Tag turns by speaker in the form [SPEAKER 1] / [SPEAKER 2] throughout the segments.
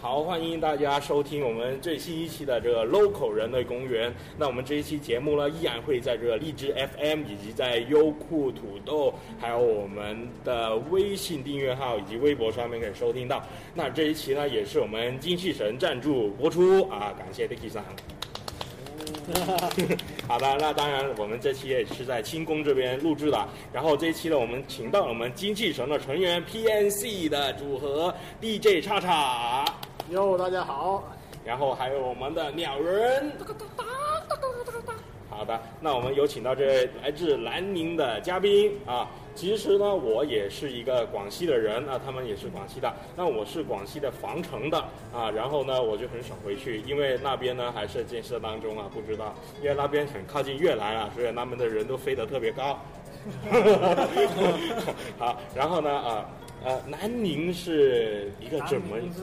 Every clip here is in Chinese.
[SPEAKER 1] 好，欢迎大家收听我们最新一期的这个 Local 人类公园。那我们这一期节目呢，依然会在这个荔枝 FM 以及在优酷、土豆，还有我们的微信订阅号以及微博上面可以收听到。那这一期呢，也是我们精气神赞助播出啊，感谢 Dicky 桑。 好的，那当然，我们这期也是在清宫这边录制的。然后这一期呢，我们请到了我们精气神的成员 PNC 的组合 DJ 叉叉，
[SPEAKER 2] 哟，大 家好，
[SPEAKER 1] 然后还有我们的鸟人。好的，那我们有请到这位来自南宁的嘉宾啊。其实呢，我也是一个广西的人啊，他们也是广西的。那我是广西的防城的啊，然后呢，我就很少回去，因为那边呢还是建设当中啊，不知道，因为那边很靠近越南啊，所以他们的人都飞得特别高。 好，然后呢啊呃，南宁是一个
[SPEAKER 2] 南
[SPEAKER 1] 怎么
[SPEAKER 2] 宁是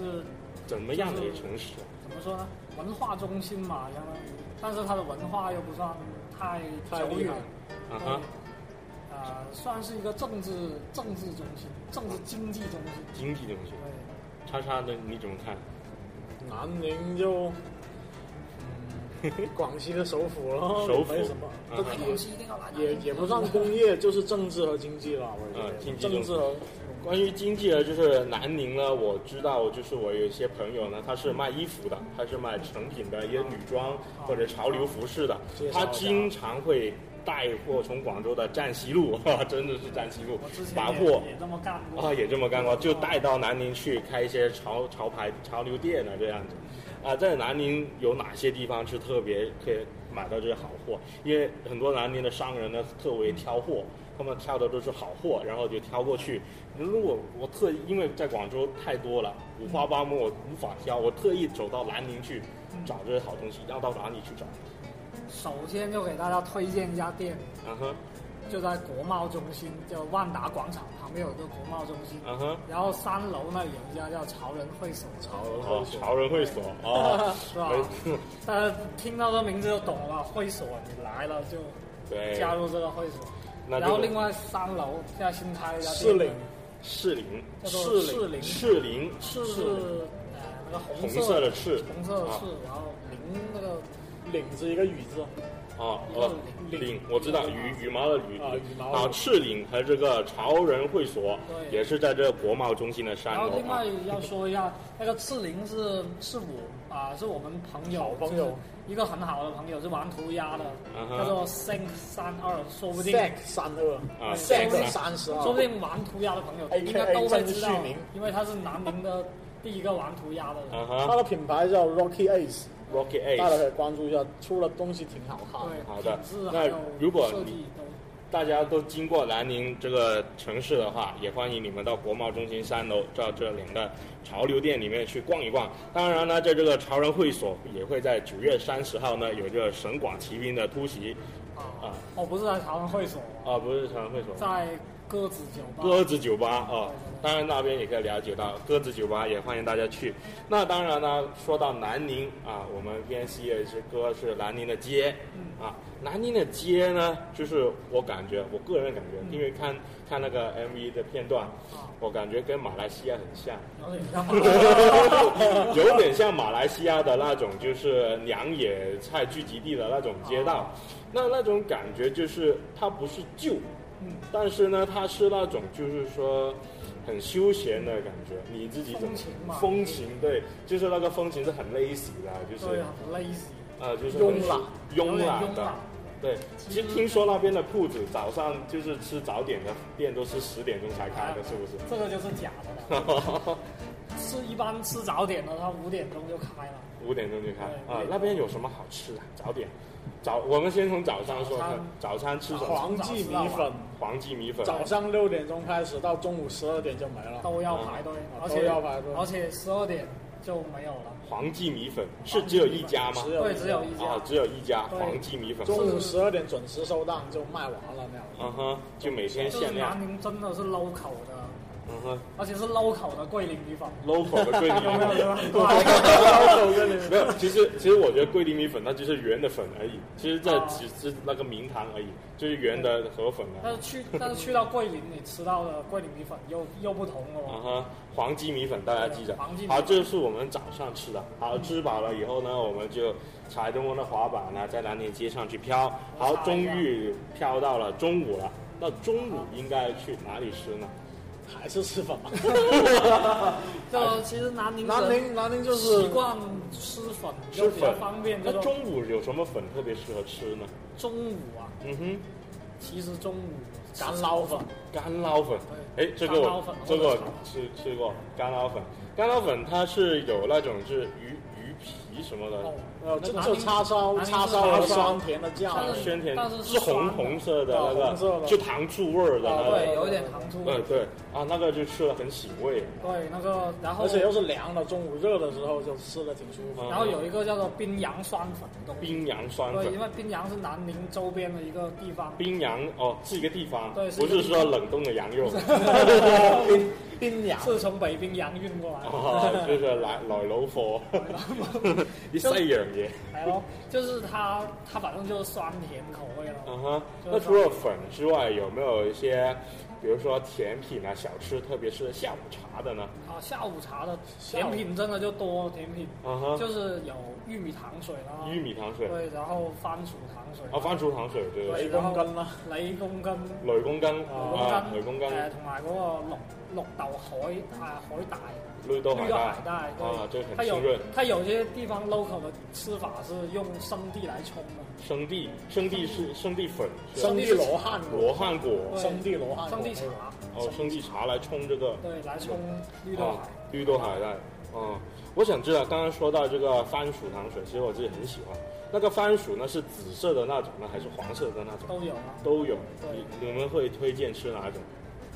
[SPEAKER 1] 怎么样的一个城市？
[SPEAKER 2] 怎么说呢？文化中心嘛，相当于，但是它的文化又不算太
[SPEAKER 3] 太
[SPEAKER 2] 久
[SPEAKER 3] 厉
[SPEAKER 2] 远
[SPEAKER 3] 害，
[SPEAKER 1] 啊哈，
[SPEAKER 2] 呃，算是一个政治政治中心、政治经济中心。
[SPEAKER 1] 经济东西
[SPEAKER 2] 对，，
[SPEAKER 1] 叉叉的你怎么看？
[SPEAKER 3] 南宁就，嗯， 广西的首府了，
[SPEAKER 1] 首府
[SPEAKER 3] 没什么，
[SPEAKER 1] 嗯
[SPEAKER 3] 都
[SPEAKER 2] 东西一定要来
[SPEAKER 3] 也也也不算工业，就是政治和经济了，我觉得
[SPEAKER 1] 嗯，经济
[SPEAKER 3] 政治和
[SPEAKER 1] 关于经济呢，就是南宁呢，我知道，就是我有一些朋友呢，他是卖衣服的，他是卖成品的一些女装或者潮流服饰的，他经常会带货从广州的站西路， 哈哈真的是站西路
[SPEAKER 2] 我之前
[SPEAKER 1] 把
[SPEAKER 2] 也
[SPEAKER 1] 货
[SPEAKER 2] 也这么干过
[SPEAKER 1] 啊，也这么干过，就带到南宁去开一些潮潮牌潮流店呢，这样子。啊，在南宁有哪些地方是特别可以买到这些好货？因为很多南宁的商人呢，特为挑货，他们挑的都是好货，然后就挑过去。如果我特意，因为在广州太多了，五花八门，我无法挑，我特意走到南宁去找这些好东西，要到哪里去找？
[SPEAKER 2] 首先就给大家推荐一家店，
[SPEAKER 1] 嗯哼，
[SPEAKER 2] 就在国贸中心，叫万达广场旁边有一个国贸中心，
[SPEAKER 1] 嗯哼，
[SPEAKER 2] 然后三楼呢有一家叫潮人会所。
[SPEAKER 3] 潮流
[SPEAKER 1] 哦
[SPEAKER 3] 和，
[SPEAKER 1] 潮人会所
[SPEAKER 2] ，
[SPEAKER 1] 哦
[SPEAKER 2] 是吧
[SPEAKER 1] 没
[SPEAKER 2] 大家听到这名字就懂了吧？会所，你来了就
[SPEAKER 1] 对，
[SPEAKER 2] 加入这个会所。
[SPEAKER 1] 那这
[SPEAKER 2] 然后
[SPEAKER 1] 个
[SPEAKER 2] 另外三楼现在新开了一家
[SPEAKER 3] 士
[SPEAKER 2] 店
[SPEAKER 3] 林，
[SPEAKER 1] 士林，
[SPEAKER 2] 叫做士林
[SPEAKER 1] 士林，
[SPEAKER 2] 是
[SPEAKER 1] 士林
[SPEAKER 2] 呃那个红
[SPEAKER 1] 红色的赤
[SPEAKER 2] 红色的
[SPEAKER 1] 啊
[SPEAKER 2] 赤，然后林那个
[SPEAKER 3] 领子一个雨字，
[SPEAKER 1] 哦哦，领我知道羽羽毛的羽
[SPEAKER 3] 啊羽毛的
[SPEAKER 1] 啊，赤岭和这个潮人会所
[SPEAKER 2] 对
[SPEAKER 1] 也是在这个国贸中心的三
[SPEAKER 2] 然后
[SPEAKER 1] 楼
[SPEAKER 2] 另
[SPEAKER 1] 啊
[SPEAKER 2] 外。要说一下，那个赤林是是我啊，是我们朋友，
[SPEAKER 3] 好朋友
[SPEAKER 2] 就是一个很好的朋友，是玩涂鸦的
[SPEAKER 1] 嗯，哼
[SPEAKER 2] 叫做 Think 三二，说不定
[SPEAKER 3] sack 三
[SPEAKER 1] 啊
[SPEAKER 3] 二
[SPEAKER 1] ，sack
[SPEAKER 3] ，sack 是三十二，
[SPEAKER 2] 说不定玩涂鸦的朋友
[SPEAKER 3] AKA
[SPEAKER 2] 应该都会知道
[SPEAKER 3] 郑绪明，
[SPEAKER 2] 因为他是南宁的第一个玩涂鸦的人。
[SPEAKER 1] 啊
[SPEAKER 3] 它
[SPEAKER 1] 哈
[SPEAKER 3] 的品牌叫 Rocky Ace，
[SPEAKER 1] ，Rocky
[SPEAKER 3] 大家
[SPEAKER 1] Ace，
[SPEAKER 3] 可以关注一下，出了东西挺好看的
[SPEAKER 2] 对，，
[SPEAKER 1] 好的
[SPEAKER 2] 品质
[SPEAKER 1] 那
[SPEAKER 2] 还有
[SPEAKER 1] 如果
[SPEAKER 2] 设
[SPEAKER 1] 你
[SPEAKER 2] 计都
[SPEAKER 1] 大家都经过南宁这个城市的话，也欢迎你们到国贸中心三楼到这两个潮流店里面去逛一逛。当然呢，在这个潮人会所也会在九月三十号呢有这个神广骑兵的突袭
[SPEAKER 2] 啊
[SPEAKER 1] 啊，
[SPEAKER 2] 哦，不是在台湾会所，
[SPEAKER 1] 啊，不是潮人会所，
[SPEAKER 2] 在鸽子酒吧。
[SPEAKER 1] 鸽子酒吧啊
[SPEAKER 2] 对对，对
[SPEAKER 1] 当然那边也可以了解到鸽子酒吧，也欢迎大家去。那当然呢，说到南宁啊，我们 BNC 也是歌是南宁的街
[SPEAKER 2] 嗯
[SPEAKER 1] 啊，南宁的街呢，就是我感觉，我个人感
[SPEAKER 2] 嗯
[SPEAKER 1] 觉，因为看看那个 MV 的片段，
[SPEAKER 2] 哦
[SPEAKER 1] 我感觉跟马来西亚很像，
[SPEAKER 2] 有点像马来
[SPEAKER 1] 有点像马来西亚的那种，就是娘野菜聚集地的那种街道，
[SPEAKER 2] 哦
[SPEAKER 1] 那那种感觉就是它不是旧，
[SPEAKER 2] 嗯
[SPEAKER 1] 但是呢，它是那种就是说很休闲的感觉，你自己怎么
[SPEAKER 2] 风情嘛
[SPEAKER 1] 风情对，就是那个风情是很 lazy 的， 就是
[SPEAKER 2] 对，很 lazy，
[SPEAKER 1] 呃，就是
[SPEAKER 3] 慵
[SPEAKER 1] 很
[SPEAKER 3] 懒
[SPEAKER 1] 慵
[SPEAKER 2] 有
[SPEAKER 1] 懒
[SPEAKER 2] 点慵
[SPEAKER 1] 的
[SPEAKER 2] 懒。
[SPEAKER 1] 对，其实听说那边的铺子早上就是吃早点的店都是十点钟才开的，是 不是？
[SPEAKER 2] 这个就是假的了。吃一般吃早点的，他五点钟就开了。
[SPEAKER 1] 五点钟就开
[SPEAKER 2] 对
[SPEAKER 1] 啊、那边有什么好吃的？早点，早我们先从早上说，
[SPEAKER 2] 早餐
[SPEAKER 1] 早餐吃什么？
[SPEAKER 3] 黄记米粉，
[SPEAKER 1] 黄记米粉，
[SPEAKER 3] 啊早上六点钟开始，到中午十二点就没了，
[SPEAKER 2] 都要排队，
[SPEAKER 3] 啊
[SPEAKER 2] 而且
[SPEAKER 3] 都要排队
[SPEAKER 2] 而且十二点就没有了，
[SPEAKER 1] 黄记米粉是只有一家吗？
[SPEAKER 3] 只有
[SPEAKER 2] 对，只有一家
[SPEAKER 1] 啊，。只有一家
[SPEAKER 2] 对
[SPEAKER 1] 黄记米粉。
[SPEAKER 3] 中午十二点准时收档就卖完了那样。
[SPEAKER 1] 嗯哼，就每天
[SPEAKER 2] 就是
[SPEAKER 1] 限量
[SPEAKER 2] 南宁真的是 local 的
[SPEAKER 1] 嗯哼
[SPEAKER 2] 而且是 local 的桂林米粉，
[SPEAKER 1] ，local 的桂林
[SPEAKER 2] 有没有？
[SPEAKER 1] 米
[SPEAKER 2] 有没有
[SPEAKER 3] 手跟你
[SPEAKER 1] 粉，没有。其实其实我觉得桂林米粉它就是圆的粉而已，其实这
[SPEAKER 2] 哦
[SPEAKER 1] 只是那个名堂而已，就是圆的河粉啊
[SPEAKER 2] 但。是去但是去到桂林，你吃到的桂林米粉又又不同了
[SPEAKER 1] 啊
[SPEAKER 2] 哦。
[SPEAKER 1] 哈，黄记米粉大家记着
[SPEAKER 2] 黄记米。粉嗯
[SPEAKER 1] 好，这是我们早上吃的。好，吃饱了以后呢，我们就踩着我们的滑板呢，在南宁街上去飘。好，终于飘到了中午了。那中午应该去哪里吃呢？
[SPEAKER 2] 啊
[SPEAKER 3] 还是吃 粉。
[SPEAKER 2] 就其实南宁
[SPEAKER 3] 南
[SPEAKER 2] 人
[SPEAKER 3] 宁南宁就
[SPEAKER 2] 习
[SPEAKER 3] 是
[SPEAKER 2] 惯吃粉，
[SPEAKER 1] 吃
[SPEAKER 2] 就比较
[SPEAKER 1] 粉
[SPEAKER 2] 方便。
[SPEAKER 1] 那
[SPEAKER 2] 这种
[SPEAKER 1] 中午有什么粉特别适合吃呢？
[SPEAKER 2] 中午啊，
[SPEAKER 1] 嗯哼，
[SPEAKER 2] 其实中午吃
[SPEAKER 3] 干捞粉，
[SPEAKER 1] 干捞粉。哎
[SPEAKER 2] 对，，
[SPEAKER 1] 这个
[SPEAKER 2] 干捞
[SPEAKER 1] 我
[SPEAKER 2] 粉
[SPEAKER 1] 这个
[SPEAKER 2] 或
[SPEAKER 1] 我
[SPEAKER 2] 者炒
[SPEAKER 1] 吃吃过干捞粉。干捞粉它是有那种是鱼鱼皮什么的，
[SPEAKER 2] 哦
[SPEAKER 3] 呃，就
[SPEAKER 2] 南
[SPEAKER 3] 就
[SPEAKER 2] 宁
[SPEAKER 3] 叉烧
[SPEAKER 2] 南宁
[SPEAKER 3] 叉烧和
[SPEAKER 2] 是
[SPEAKER 3] 酸甜的酱
[SPEAKER 2] 它，是
[SPEAKER 1] 鲜甜
[SPEAKER 2] 但是是
[SPEAKER 1] 啊是红
[SPEAKER 2] 酸的啊
[SPEAKER 1] 红色的
[SPEAKER 3] 哦
[SPEAKER 1] 那
[SPEAKER 3] 红色
[SPEAKER 1] 个，
[SPEAKER 3] 的
[SPEAKER 1] 就糖醋味儿的那
[SPEAKER 3] 呃
[SPEAKER 2] 哦，
[SPEAKER 1] 个
[SPEAKER 2] 对，。有点糖醋。
[SPEAKER 1] 嗯，对啊，那个就吃了很醒胃。
[SPEAKER 2] 对，那个然后
[SPEAKER 3] 而且又是凉的，中午热的时候就吃的挺舒服。
[SPEAKER 2] 然后有一个叫做宾阳酸粉的东西。
[SPEAKER 1] 冰洋酸
[SPEAKER 2] 对，
[SPEAKER 1] 粉
[SPEAKER 2] 因，为宾阳是南宁周边的一个地方。
[SPEAKER 1] 冰洋哦是一个地方，
[SPEAKER 2] 对是
[SPEAKER 1] 不
[SPEAKER 2] 一
[SPEAKER 1] 是
[SPEAKER 2] 个
[SPEAKER 1] 说冷冻的羊 肉，
[SPEAKER 3] 冰冰凉，
[SPEAKER 2] 是从北冰洋运过来的，
[SPEAKER 1] 哦，就是来来老 火，一西洋嘢。
[SPEAKER 2] 来咯，就是它，它反正就是酸甜口味了。
[SPEAKER 1] 嗯哼，
[SPEAKER 2] 就是
[SPEAKER 1] 那除了粉之外，有没有一些，比如说甜品啊、小吃，特别是下午茶的呢？
[SPEAKER 2] 啊，下午茶的
[SPEAKER 3] 下午
[SPEAKER 2] 甜品真的就多，甜品
[SPEAKER 1] 嗯哼，
[SPEAKER 2] 就是有玉米糖水啦，
[SPEAKER 1] 玉米糖水，
[SPEAKER 2] 啊对，然后番薯糖水啦，
[SPEAKER 1] 啊，番薯糖水，对
[SPEAKER 2] 對
[SPEAKER 1] 對
[SPEAKER 3] 雷公羹啦，
[SPEAKER 2] 雷公羹、
[SPEAKER 1] 對，雷公羹啊，雷
[SPEAKER 2] 雷
[SPEAKER 1] 公羹
[SPEAKER 2] 公哎羹，，誒同埋嗰個綠綠豆海啊海帶，
[SPEAKER 1] 綠豆
[SPEAKER 2] 綠
[SPEAKER 1] 海
[SPEAKER 2] 豆
[SPEAKER 1] 帶
[SPEAKER 2] 海帶，
[SPEAKER 1] 啊，
[SPEAKER 2] 對，
[SPEAKER 1] 这個
[SPEAKER 2] 它
[SPEAKER 1] 很
[SPEAKER 2] 有
[SPEAKER 1] 清潤。
[SPEAKER 2] 它有些地方 local 的吃法是用生地来冲的。
[SPEAKER 1] 生地，生地是生地粉，是吧
[SPEAKER 3] 生地罗汉
[SPEAKER 1] 罗
[SPEAKER 3] 果，
[SPEAKER 1] 汉果，
[SPEAKER 2] 对啊
[SPEAKER 3] 生地罗汉果，
[SPEAKER 2] 生地茶，
[SPEAKER 1] 哦，生地茶来冲这个
[SPEAKER 2] 对，来冲绿豆
[SPEAKER 1] 啊
[SPEAKER 2] 海。
[SPEAKER 1] 绿豆海带。哦，我想知道，刚刚说到这个番薯糖水，其实我自己很喜欢。那个番薯呢，是紫色的那种呢，还是黄色的那种？
[SPEAKER 2] 都有啊。
[SPEAKER 1] 都有。
[SPEAKER 2] 对
[SPEAKER 1] 你你们会推荐吃哪种？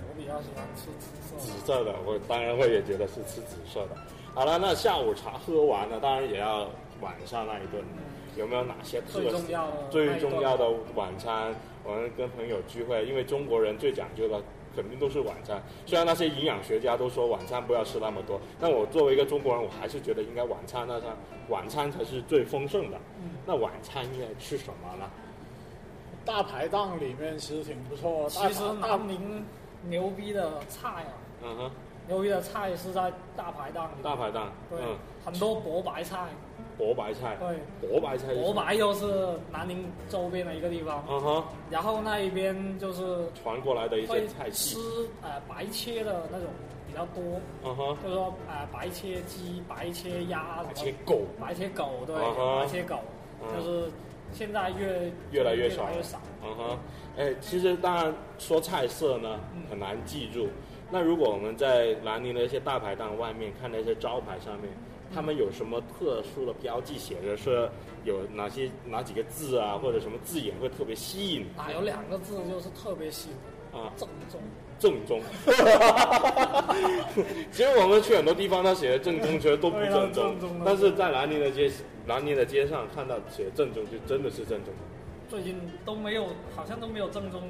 [SPEAKER 2] 我比较喜欢吃紫
[SPEAKER 1] 紫
[SPEAKER 2] 色
[SPEAKER 1] 色的，我当然会也觉得是吃紫色的。好了，那下午茶喝完了，当然也要晚上那一顿。有没有哪些特
[SPEAKER 2] 最重要的
[SPEAKER 1] 最重要的晚餐，我们跟朋友聚会，因为中国人最讲究的肯定都是晚餐。虽然那些营养学家都说晚餐不要吃那么多，但我作为一个中国人，我还是觉得应该晚餐那餐晚餐才是最丰盛的。
[SPEAKER 2] 嗯
[SPEAKER 1] 那晚餐应该吃什么呢？
[SPEAKER 3] 大排档里面其实挺不错。大
[SPEAKER 2] 其实
[SPEAKER 3] 排大
[SPEAKER 2] 南宁牛逼的菜啊，
[SPEAKER 1] 嗯哼，
[SPEAKER 2] 牛逼的菜是在大排档里。
[SPEAKER 1] 大排档，
[SPEAKER 2] 对，
[SPEAKER 1] 嗯，哎
[SPEAKER 2] 很多博白菜。
[SPEAKER 1] 博白菜，
[SPEAKER 2] 对，
[SPEAKER 1] 博白菜，
[SPEAKER 2] 博，白又是南宁周边的一个地方，
[SPEAKER 1] 嗯哼，
[SPEAKER 2] 然后那一边就是
[SPEAKER 1] 传过来的一些
[SPEAKER 2] 会
[SPEAKER 1] 菜
[SPEAKER 2] 吃
[SPEAKER 1] 系，
[SPEAKER 2] 呃白切的那种比较多，
[SPEAKER 1] 嗯哼，
[SPEAKER 2] 就是说呃白切鸡、白切鸭
[SPEAKER 1] 而
[SPEAKER 2] 什么
[SPEAKER 1] 且狗，
[SPEAKER 2] 白切狗，对
[SPEAKER 1] 啊哈
[SPEAKER 2] 白切狗，
[SPEAKER 1] 嗯
[SPEAKER 2] 就是现在越
[SPEAKER 1] 越来
[SPEAKER 2] 越
[SPEAKER 1] 越少
[SPEAKER 2] 越少。
[SPEAKER 1] 嗯哼，哎，其实当然说菜色呢
[SPEAKER 2] 嗯
[SPEAKER 1] 很难记住。那如果我们在南宁的一些大排档外面看那些招牌上
[SPEAKER 2] 嗯
[SPEAKER 1] 面，他们有什么特殊的标记写着是有哪些哪几个字啊，或者什么字眼会特别吸引
[SPEAKER 2] 啊，有两个字就是特别吸引人，
[SPEAKER 1] 啊？
[SPEAKER 2] 正宗。
[SPEAKER 1] 正宗。 其实我们去很多地方，他写的正宗，其实都不正
[SPEAKER 2] 对啊
[SPEAKER 1] 宗
[SPEAKER 2] 正宗啊。
[SPEAKER 1] 但是在南宁的街南宁的街上看到写正宗，就真的是正宗。
[SPEAKER 2] 最近都没有，好像都没有正宗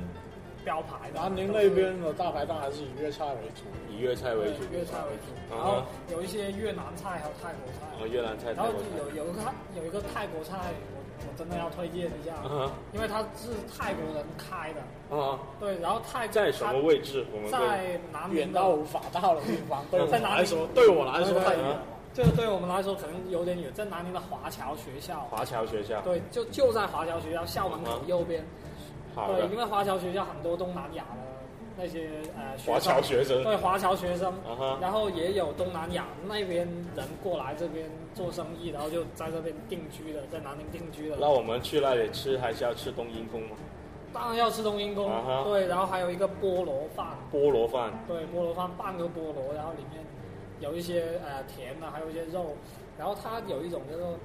[SPEAKER 2] 标牌的。
[SPEAKER 3] 南宁
[SPEAKER 2] 都是
[SPEAKER 3] 那边的大排档还是以粤菜为主，
[SPEAKER 1] 以粤菜为主，
[SPEAKER 2] 对粤菜为主，
[SPEAKER 1] 啊
[SPEAKER 2] 然
[SPEAKER 1] 哈
[SPEAKER 2] 后有一些越南菜还有泰国
[SPEAKER 1] 啊
[SPEAKER 2] 菜，，
[SPEAKER 1] 越南菜、
[SPEAKER 2] 然
[SPEAKER 1] 泰
[SPEAKER 2] 后
[SPEAKER 1] 国菜。
[SPEAKER 2] 有有一个有一个泰国菜，我我真的要推荐一下，
[SPEAKER 1] 啊
[SPEAKER 2] 因为它是泰国人开的，
[SPEAKER 1] 啊，
[SPEAKER 2] 对，然后泰
[SPEAKER 1] 在什么位置？我
[SPEAKER 2] 它
[SPEAKER 1] 们会
[SPEAKER 2] 在南
[SPEAKER 3] 远
[SPEAKER 2] 宁
[SPEAKER 3] 到
[SPEAKER 2] 的，
[SPEAKER 3] 无法到的地方，对我
[SPEAKER 2] 在
[SPEAKER 3] 们
[SPEAKER 2] 哪里
[SPEAKER 3] 来说，对我来说
[SPEAKER 2] 对
[SPEAKER 3] 太远了。
[SPEAKER 2] 这个对我们来说可能有点远，在南宁的华侨学校，
[SPEAKER 1] 华侨学校。
[SPEAKER 2] 对，就就在华侨学校校门
[SPEAKER 1] 啊
[SPEAKER 2] 口
[SPEAKER 1] 哈
[SPEAKER 2] 右边。
[SPEAKER 1] 好
[SPEAKER 2] 对，
[SPEAKER 1] 的
[SPEAKER 2] 因，为华侨学校很多东南亚的那些呃学
[SPEAKER 1] 华侨
[SPEAKER 2] 生，
[SPEAKER 1] 学生。
[SPEAKER 2] 对华侨学生，
[SPEAKER 1] 啊哈，
[SPEAKER 2] 然后也有东南亚那边人过来这边做生意，然后就在这边定居的，在南宁定居
[SPEAKER 1] 那
[SPEAKER 2] 的。
[SPEAKER 1] 我们去那里吃，还是要吃冬阴功吗？
[SPEAKER 2] 当然要吃冬阴功
[SPEAKER 1] 啊哈，
[SPEAKER 2] 对，然后还有一个菠萝饭，
[SPEAKER 1] 菠萝饭。
[SPEAKER 2] 对，菠萝饭半个菠萝，然后里面有一些呃甜的，还有一些肉，然后它有一种叫做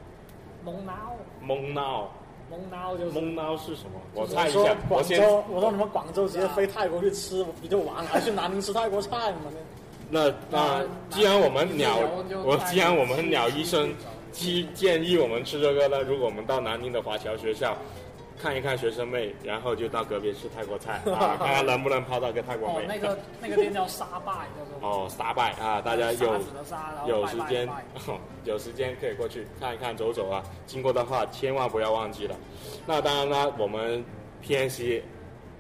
[SPEAKER 2] 蒙脑，
[SPEAKER 1] 蒙闹，
[SPEAKER 2] 蒙脑就是
[SPEAKER 1] 蒙闹是什么？我
[SPEAKER 3] 我
[SPEAKER 1] 猜一
[SPEAKER 3] 说
[SPEAKER 1] 下。我
[SPEAKER 3] 广
[SPEAKER 1] 先，
[SPEAKER 3] 州，我说你们广州直接飞泰国去吃， 不就完了？还去南宁吃泰国菜吗？
[SPEAKER 1] 那那
[SPEAKER 2] 那
[SPEAKER 1] 既然我们鸟
[SPEAKER 2] 那就，
[SPEAKER 1] 我既然我
[SPEAKER 2] 带
[SPEAKER 1] 们
[SPEAKER 2] 你
[SPEAKER 1] 鸟
[SPEAKER 2] 去
[SPEAKER 1] 医生
[SPEAKER 2] 去找
[SPEAKER 1] 建建议我们吃这个，那如果我们到南宁的华侨学校，看一看学生妹，然后就到隔壁吃泰国菜， 啊，看看能不能泡到个泰国
[SPEAKER 2] 哦
[SPEAKER 1] 妹。，
[SPEAKER 2] 那个那个店叫沙拜，叫做
[SPEAKER 1] 哦，沙拜啊，大家
[SPEAKER 2] 沙
[SPEAKER 1] 有
[SPEAKER 2] 子的沙，然后
[SPEAKER 1] 有
[SPEAKER 2] 拜
[SPEAKER 1] 时
[SPEAKER 2] 拜
[SPEAKER 1] 间
[SPEAKER 2] 拜
[SPEAKER 1] 有时间可以过去看一看、走走啊。经过的话，千万不要忘记了。那当然啦，我们 PNC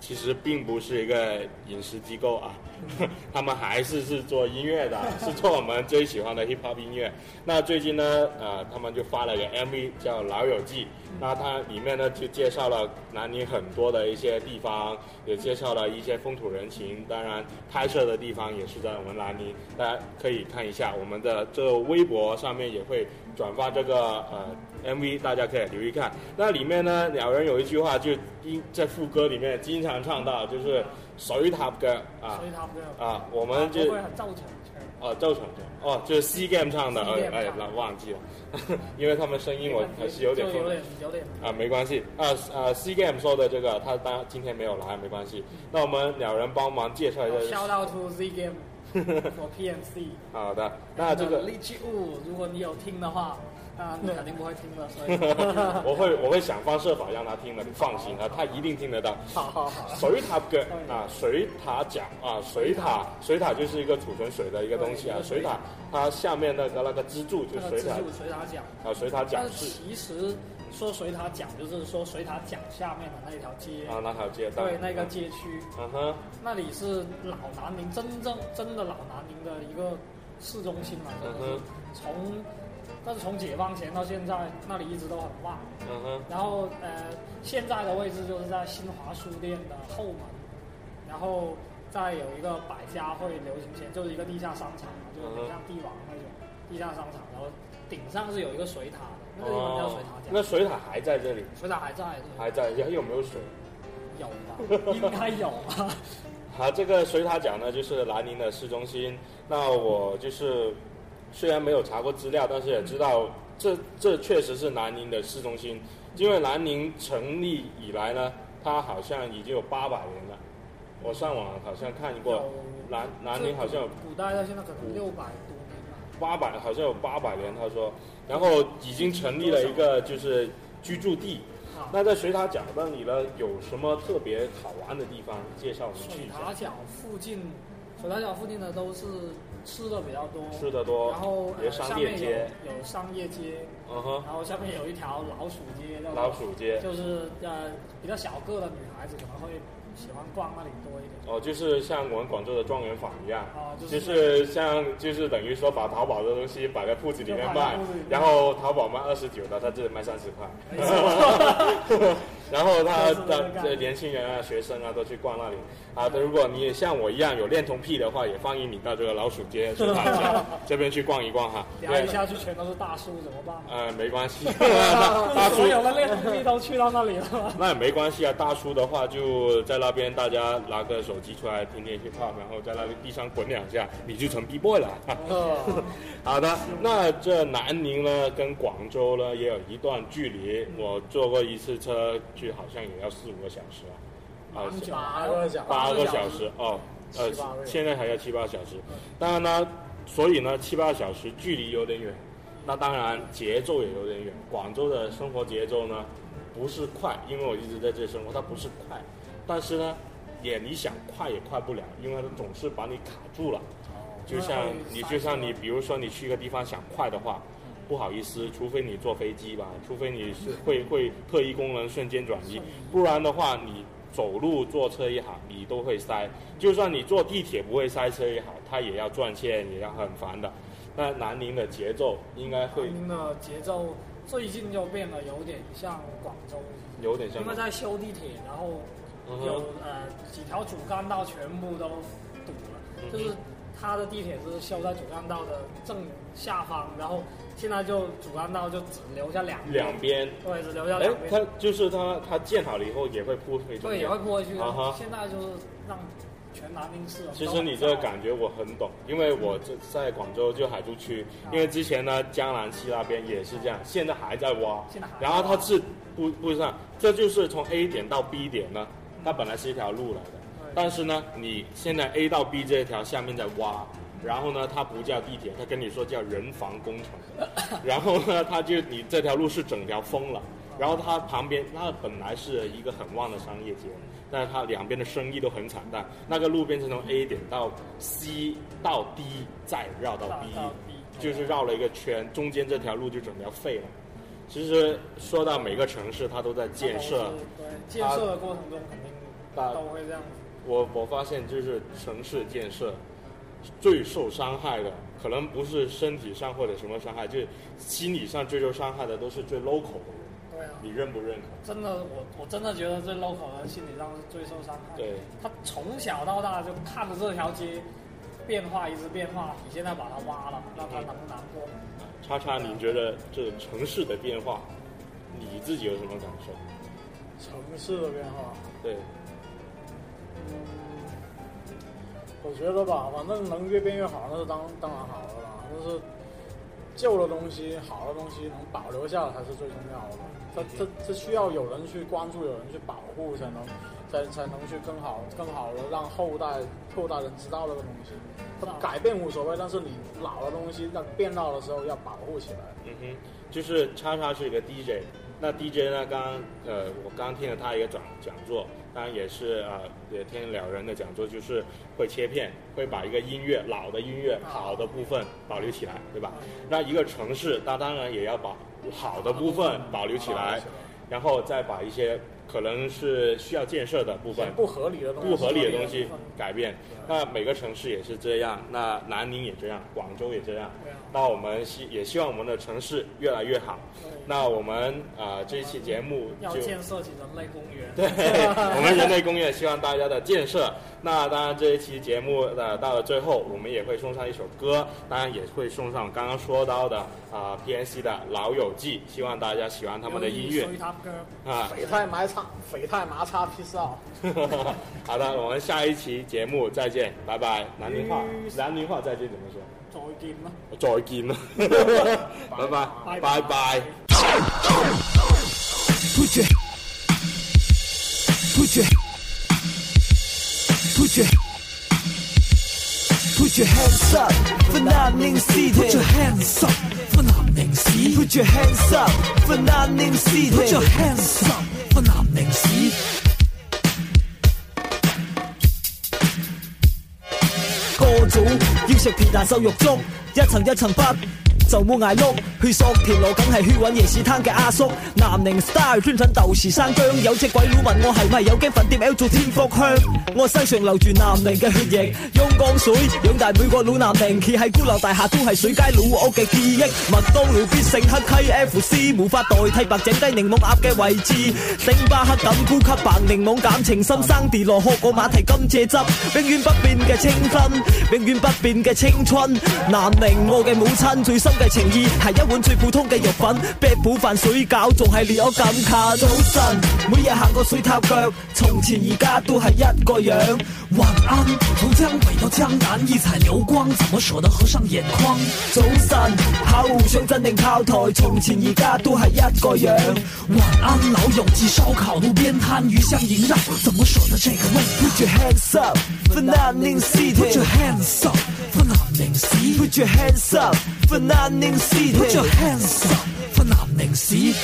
[SPEAKER 1] 其实并不是一个影视机构啊，
[SPEAKER 2] 嗯
[SPEAKER 1] 他们还是是做音乐的，是做我们最喜欢的 hip hop 音乐。那最近呢，呃，他们就发了个 MV 叫《老友记》，
[SPEAKER 2] 嗯
[SPEAKER 1] 那它里面呢就介绍了南宁很多的一些地方，也介绍了一些风土人情。当然，拍摄的地方也是在我们南宁，大家可以看一下。我们的这个微博上面也会转发这个呃 MV，大家可以留意看。那里面呢，两人有一句话就经在副歌里面经常唱到，就是水塔嘅啊
[SPEAKER 2] 所以他们就
[SPEAKER 1] 啊，我们就
[SPEAKER 2] 不会很造成
[SPEAKER 1] 哦，赵闯的哦，就是 C Game 唱的，
[SPEAKER 2] C
[SPEAKER 1] 哎
[SPEAKER 2] Game
[SPEAKER 1] 哎
[SPEAKER 2] 唱，的
[SPEAKER 1] 那忘记了， 因为他们声音我还是有点
[SPEAKER 2] 就
[SPEAKER 1] 分
[SPEAKER 2] 有
[SPEAKER 1] 不
[SPEAKER 2] 点有点
[SPEAKER 1] 啊，没关系啊啊，C Game 说的这个他当今天没有来，没关系。那我们两人帮忙介绍一
[SPEAKER 2] s
[SPEAKER 1] 下
[SPEAKER 2] h，out to Z Game for PNC。
[SPEAKER 1] 好的，那啊这个
[SPEAKER 2] 荔枝物，如果你有听的话，啊，你肯定不会听的， 所以
[SPEAKER 1] 我会我会想方设法让他听的，你放心啊，他一定听得到。
[SPEAKER 2] 哦
[SPEAKER 3] 好好 好，
[SPEAKER 1] 水塔哥啊，水塔奖啊，水塔水塔就是一个储存水的一个东西啊，
[SPEAKER 2] 对哦
[SPEAKER 1] 水塔它下面那个那个支柱就
[SPEAKER 2] 那个
[SPEAKER 1] 水
[SPEAKER 2] 自
[SPEAKER 1] 塔
[SPEAKER 2] 助水塔奖。
[SPEAKER 1] 啊，水塔奖
[SPEAKER 2] 但
[SPEAKER 1] 是
[SPEAKER 2] 呃其实说水塔奖，就是说水塔奖下面的那一条街，
[SPEAKER 1] 啊，那条街道
[SPEAKER 2] 对那个街区，
[SPEAKER 1] 嗯哼。
[SPEAKER 2] 那里是老南宁真正真的老南宁的一个市中心嘛，真的
[SPEAKER 1] 嗯
[SPEAKER 2] 是从，但是从解放前到现在，那里一直都很旺。
[SPEAKER 1] 嗯哼，
[SPEAKER 2] 然后呃，现在的位置就是在新华书店的后门，然后再有一个百家汇流行前，就是一个地下商场嘛，就
[SPEAKER 1] 嗯
[SPEAKER 2] 有点像帝王那种地下商场，然后顶上是有一个水塔的，那个地方叫水塔
[SPEAKER 1] 哦那
[SPEAKER 2] 角。
[SPEAKER 1] 水塔还在这里，
[SPEAKER 2] 水塔还在，是不是
[SPEAKER 1] 还在，还有没有水？
[SPEAKER 2] 有 吧？应该有啊吧？
[SPEAKER 1] 好，这个水塔奖呢，就是南宁的市中心。那我就是虽然没有查过资料，但是也知道这这确实是南宁的市中心，因为南宁成立以来呢，它好像已经有八百年了。我上网好像看过，
[SPEAKER 2] 有
[SPEAKER 1] 南南宁好像有
[SPEAKER 2] 古代到现在可能六百多年吧。
[SPEAKER 1] 八百，好像有八百年，他说，然后已经成立了一个就是居住地。
[SPEAKER 2] 啊，
[SPEAKER 1] 那在水塔角那里呢，有什么特别好玩的地方？介绍我们去
[SPEAKER 2] 水
[SPEAKER 1] 一
[SPEAKER 2] 塔
[SPEAKER 1] 下。
[SPEAKER 2] 角附近，水塔角附近的都是吃的比较多，
[SPEAKER 1] 吃的多，
[SPEAKER 2] 然后
[SPEAKER 1] 也
[SPEAKER 2] 呃
[SPEAKER 1] 商
[SPEAKER 2] 下
[SPEAKER 1] 店
[SPEAKER 2] 面
[SPEAKER 1] 街，
[SPEAKER 2] 有有商业街，
[SPEAKER 1] 嗯哼，
[SPEAKER 2] 然后下面有一条老鼠街，叫做
[SPEAKER 1] 老鼠街，
[SPEAKER 2] 就是呃比较小个的女孩子可能会喜欢逛那里多一点。
[SPEAKER 1] 哦，就是像我们广州的状元坊一样，
[SPEAKER 2] 啊、就
[SPEAKER 1] 就是是像就是等于说把淘宝的东西摆在铺子里面
[SPEAKER 2] 就摆
[SPEAKER 1] 卖
[SPEAKER 2] 在铺子里面，哎
[SPEAKER 1] 然后淘宝卖二十九的，他这里卖三十块，
[SPEAKER 2] 没错
[SPEAKER 1] 然后他
[SPEAKER 2] 就是这
[SPEAKER 1] 他
[SPEAKER 2] 个概
[SPEAKER 1] 这
[SPEAKER 2] 念
[SPEAKER 1] 年轻人啊、学生啊都去逛那里啊。如果你也像我一样有恋童癖的话，也欢迎你到这个老鼠街去 看一下这边去逛一逛哈。
[SPEAKER 2] 等下一下去全都是大叔，怎么办？
[SPEAKER 1] 呃，没关 系， 大大
[SPEAKER 2] 所
[SPEAKER 1] 叔
[SPEAKER 2] 有的恋童癖都去到那里了。
[SPEAKER 1] 那也没关系啊，大叔的话就在那边，大家拿个手机出来听听 hiphop，然后在那个地上滚两下，你就成 b boy 了。
[SPEAKER 3] 呃，
[SPEAKER 1] 好的，那这南宁呢，跟广州呢也有一段距离，我坐过一次车去，好像也要四五个小时啊，啊，
[SPEAKER 2] 蛮久
[SPEAKER 3] 八个小时
[SPEAKER 1] 八
[SPEAKER 2] 八
[SPEAKER 1] 个
[SPEAKER 2] 个
[SPEAKER 1] 小
[SPEAKER 2] 小
[SPEAKER 1] 时哦，呃
[SPEAKER 3] 七八个，小时
[SPEAKER 1] 现在还要七八小时。当然呢，所以呢，七八小时距离有点远，那当然节奏也有点远。广州的生活节奏呢，不是快，因为我一直在这里生活，它不是快，但是呢，也你想快也快不了，因为它总是把你卡住了。就像你就像你，比如说你去一个地方想快的话，不好意思，除非你坐飞机吧，除非你是会会特异功能瞬间转移，不然的话你走路坐车也好，你都会塞。就算你坐地铁不会塞车也好，它也要转线，也要很烦的。那南宁的节奏应该会
[SPEAKER 2] 南宁的节奏最近就变得有点像广州，
[SPEAKER 1] 有点像
[SPEAKER 2] 因为在修地铁，然后
[SPEAKER 1] 嗯
[SPEAKER 2] 有
[SPEAKER 1] 哼
[SPEAKER 2] 呃几条主干道全部都堵了，
[SPEAKER 1] 嗯
[SPEAKER 2] 就是它的地铁是修在主干道的正下方，然后现在就主干道就只留下两
[SPEAKER 1] 两边，
[SPEAKER 2] 对，只留下
[SPEAKER 1] 哎
[SPEAKER 2] 两，
[SPEAKER 1] 它
[SPEAKER 2] 边，
[SPEAKER 1] 就是它它建好了以后也会铺回中
[SPEAKER 2] 对，也
[SPEAKER 1] 间
[SPEAKER 2] 会。过去
[SPEAKER 1] 啊哈。
[SPEAKER 2] 现在就是让全南宁市，
[SPEAKER 1] 其实你这个感觉我很懂，因为我这在广州 就海珠区，因为之前呢江南西那边也是这样，现在还在挖
[SPEAKER 2] 现在还，在
[SPEAKER 1] 然后它是不不上，这就是从 A 点到 B 点呢，它本来是一条路来的，
[SPEAKER 2] 对，
[SPEAKER 1] 但是呢你现在 A 到 B 这一条下面在挖，然后呢它不叫地铁，它 跟你说叫人防工程，然后呢它就你这条路是整条封了，然后它旁边，它本来是一个很旺的商业街，但是它两边的生意都很惨淡。那个路边是从 A 点到 C 到 D，再绕到 B，
[SPEAKER 2] 到到 B
[SPEAKER 1] 就是绕了一个圈，中间这条路就准备要废了。其实说到每个城市，它都在建设。
[SPEAKER 2] 对建设的过程中肯定
[SPEAKER 1] 把
[SPEAKER 2] 都会这样子，
[SPEAKER 1] 我我发现就是城市建设最受伤害的，可能不是身体上或者什么伤害，就是心理上最受伤害的都是最 local 的人，
[SPEAKER 2] 对啊。
[SPEAKER 1] 你认不认可？
[SPEAKER 2] 真的，我我真的觉得最 local 的心理上是最受伤害。
[SPEAKER 1] 对，
[SPEAKER 2] 他从小到大就看着这条街变化一直变化，你现在把它挖了，让他难不难过？
[SPEAKER 1] 叉叉，你觉得这种城市的变化，你自己有什么感受？
[SPEAKER 3] 城市的变化，
[SPEAKER 1] 对，
[SPEAKER 3] 我觉得吧，反正能越变越好，那是当当然好的啦。就是旧的东西、好的东西能保留下来才是最重要的。它这这需要有人去关注，有人去保护，才能才才能去更好、更好的让后代后代人知道这个东西。它改变无所谓，但是你老的东西让变老的时候要保护起来。
[SPEAKER 1] 嗯哼，就是叉叉是一个 DJ，那 DJ 呢，刚刚呃，我刚听了他一个讲讲座，当然也是啊、呃，也听了人的讲座，就是会切片，会把一个音乐老的音乐好的部分保留起来，对吧？那一个城市，它当然也要把好的部分保留起来，然后再把一些可能是需要建设的部分
[SPEAKER 3] 不合理的东西，
[SPEAKER 1] 不合理的东西改变。那每个城市也是这样，那南宁也这样，广州也这样。
[SPEAKER 2] 对啊，
[SPEAKER 1] 那我们希也希望我们的城市越来越好。那我们啊、呃这一期节目
[SPEAKER 2] 要
[SPEAKER 1] 就
[SPEAKER 2] 建设起人类公园。
[SPEAKER 1] 对，我们人类公园希望大家的建设。那当然，这一期节目的到了最后，我们也会送上一首歌，当然也会送上刚刚说到的啊、PNC 的《老友记》，希望大家喜欢他们的音乐
[SPEAKER 2] 属于他歌。
[SPEAKER 1] 啊。
[SPEAKER 3] 匪太麻叉，匪太麻叉 peace out。
[SPEAKER 1] 好的，我们下一期节目再见，拜拜。南宁话，南宁话再见怎么说？
[SPEAKER 2] 再见啦。
[SPEAKER 1] 再见啦，拜拜，拜拜。
[SPEAKER 4] Put your put your put your put your hands up for Nanning City. Put your hands up for Nanning City. Put your hands up for Nanning City. Put your hands up for Nanning City. Cô chủ yêu thích thịt đàn sâu dục chung, một tầng một tầng bắt. 就冇捱碌，去索田螺梗係去揾夜市攤嘅阿叔。南寧 style 專襯豆豉生姜，有隻鬼佬問我係咪有驚粉碟 L 做天福香。我身上流住南寧嘅血液，用江水養大每個老南寧，企喺高樓大廈都係水街老屋嘅記憶。麥當勞必勝黑溪 F C 無法代替白井雞檸檬鴨嘅位置，星巴克咁高級白檸檬減情深生地羅殼個馬蹄金蔗汁，永遠不變嘅青春，永遠不變嘅青春。南寧我嘅母親最深嘅情意係一碗最普通嘅肉粉，啤糊飯水餃仲係離我咁近。早晨，每日行過水塔腳，從前而家都係一個樣。晚安，從江北到江南，一踩流光，怎麼舍得合上眼眶？早晨，靠湖上鎮定炮台，從前而家都係一個樣。晚安，老友記燒烤路邊攤，魚香縈繞，怎麼舍得這個味道？Put your hands up for Nanning City. Put your hands up for Nanning City. Put your hands up for Nanning City. Put your hands up for Nanning City.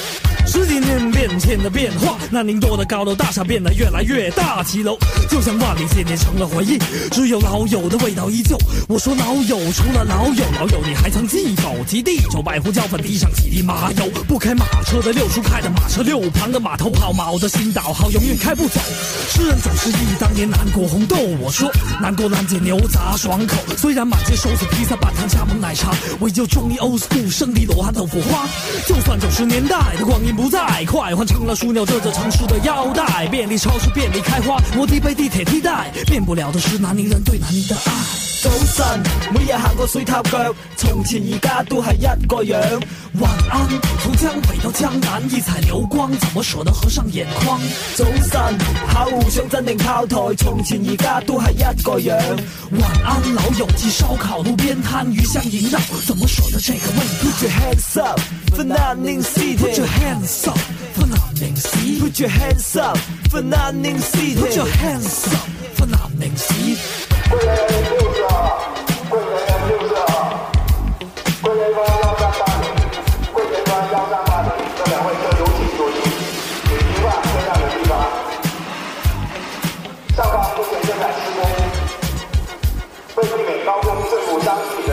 [SPEAKER 5] 十几年面前的变化，那宁多的高楼大厦变得越来越大，骑楼就像万里千年成了回忆，只有老友的味道依旧。我说老友，除了老友，老友你还曾记否？及第九白胡椒粉滴上几滴麻油，不开马车的六叔开的马车，六旁的码头抛锚的新导航永远开不走。诗人总是忆当年南国红豆，我说南国兰姐牛杂爽口，虽然满街收拾披萨、半糖、加盟奶茶，唯有中意 old school 生地罗汉豆腐花。就算九十年代的光阴 不再，快换成了枢纽这座城市的腰带。便利超市遍地开花，摩的被地铁替代，变不了的是南宁人对南宁的爱。
[SPEAKER 4] 早晨，每日行過水塔腳，從前而家都係一個樣。晚安，從江北到江南，一踩流光，怎麼舍得合上眼眶？早晨，靠湖上鎮定炮台，從前而家都係一個樣。晚安，老友記燒烤路邊攤，魚香縈繞，怎麼舍得這個味道？Put your hands up for Nanning City. Put your hands up for Nanning City. Put your hands up for Nanning City. Put your hands up for Nanning City.
[SPEAKER 6] 桂林八幺三八零，桂林八幺三八零，这两位车有请左行。张。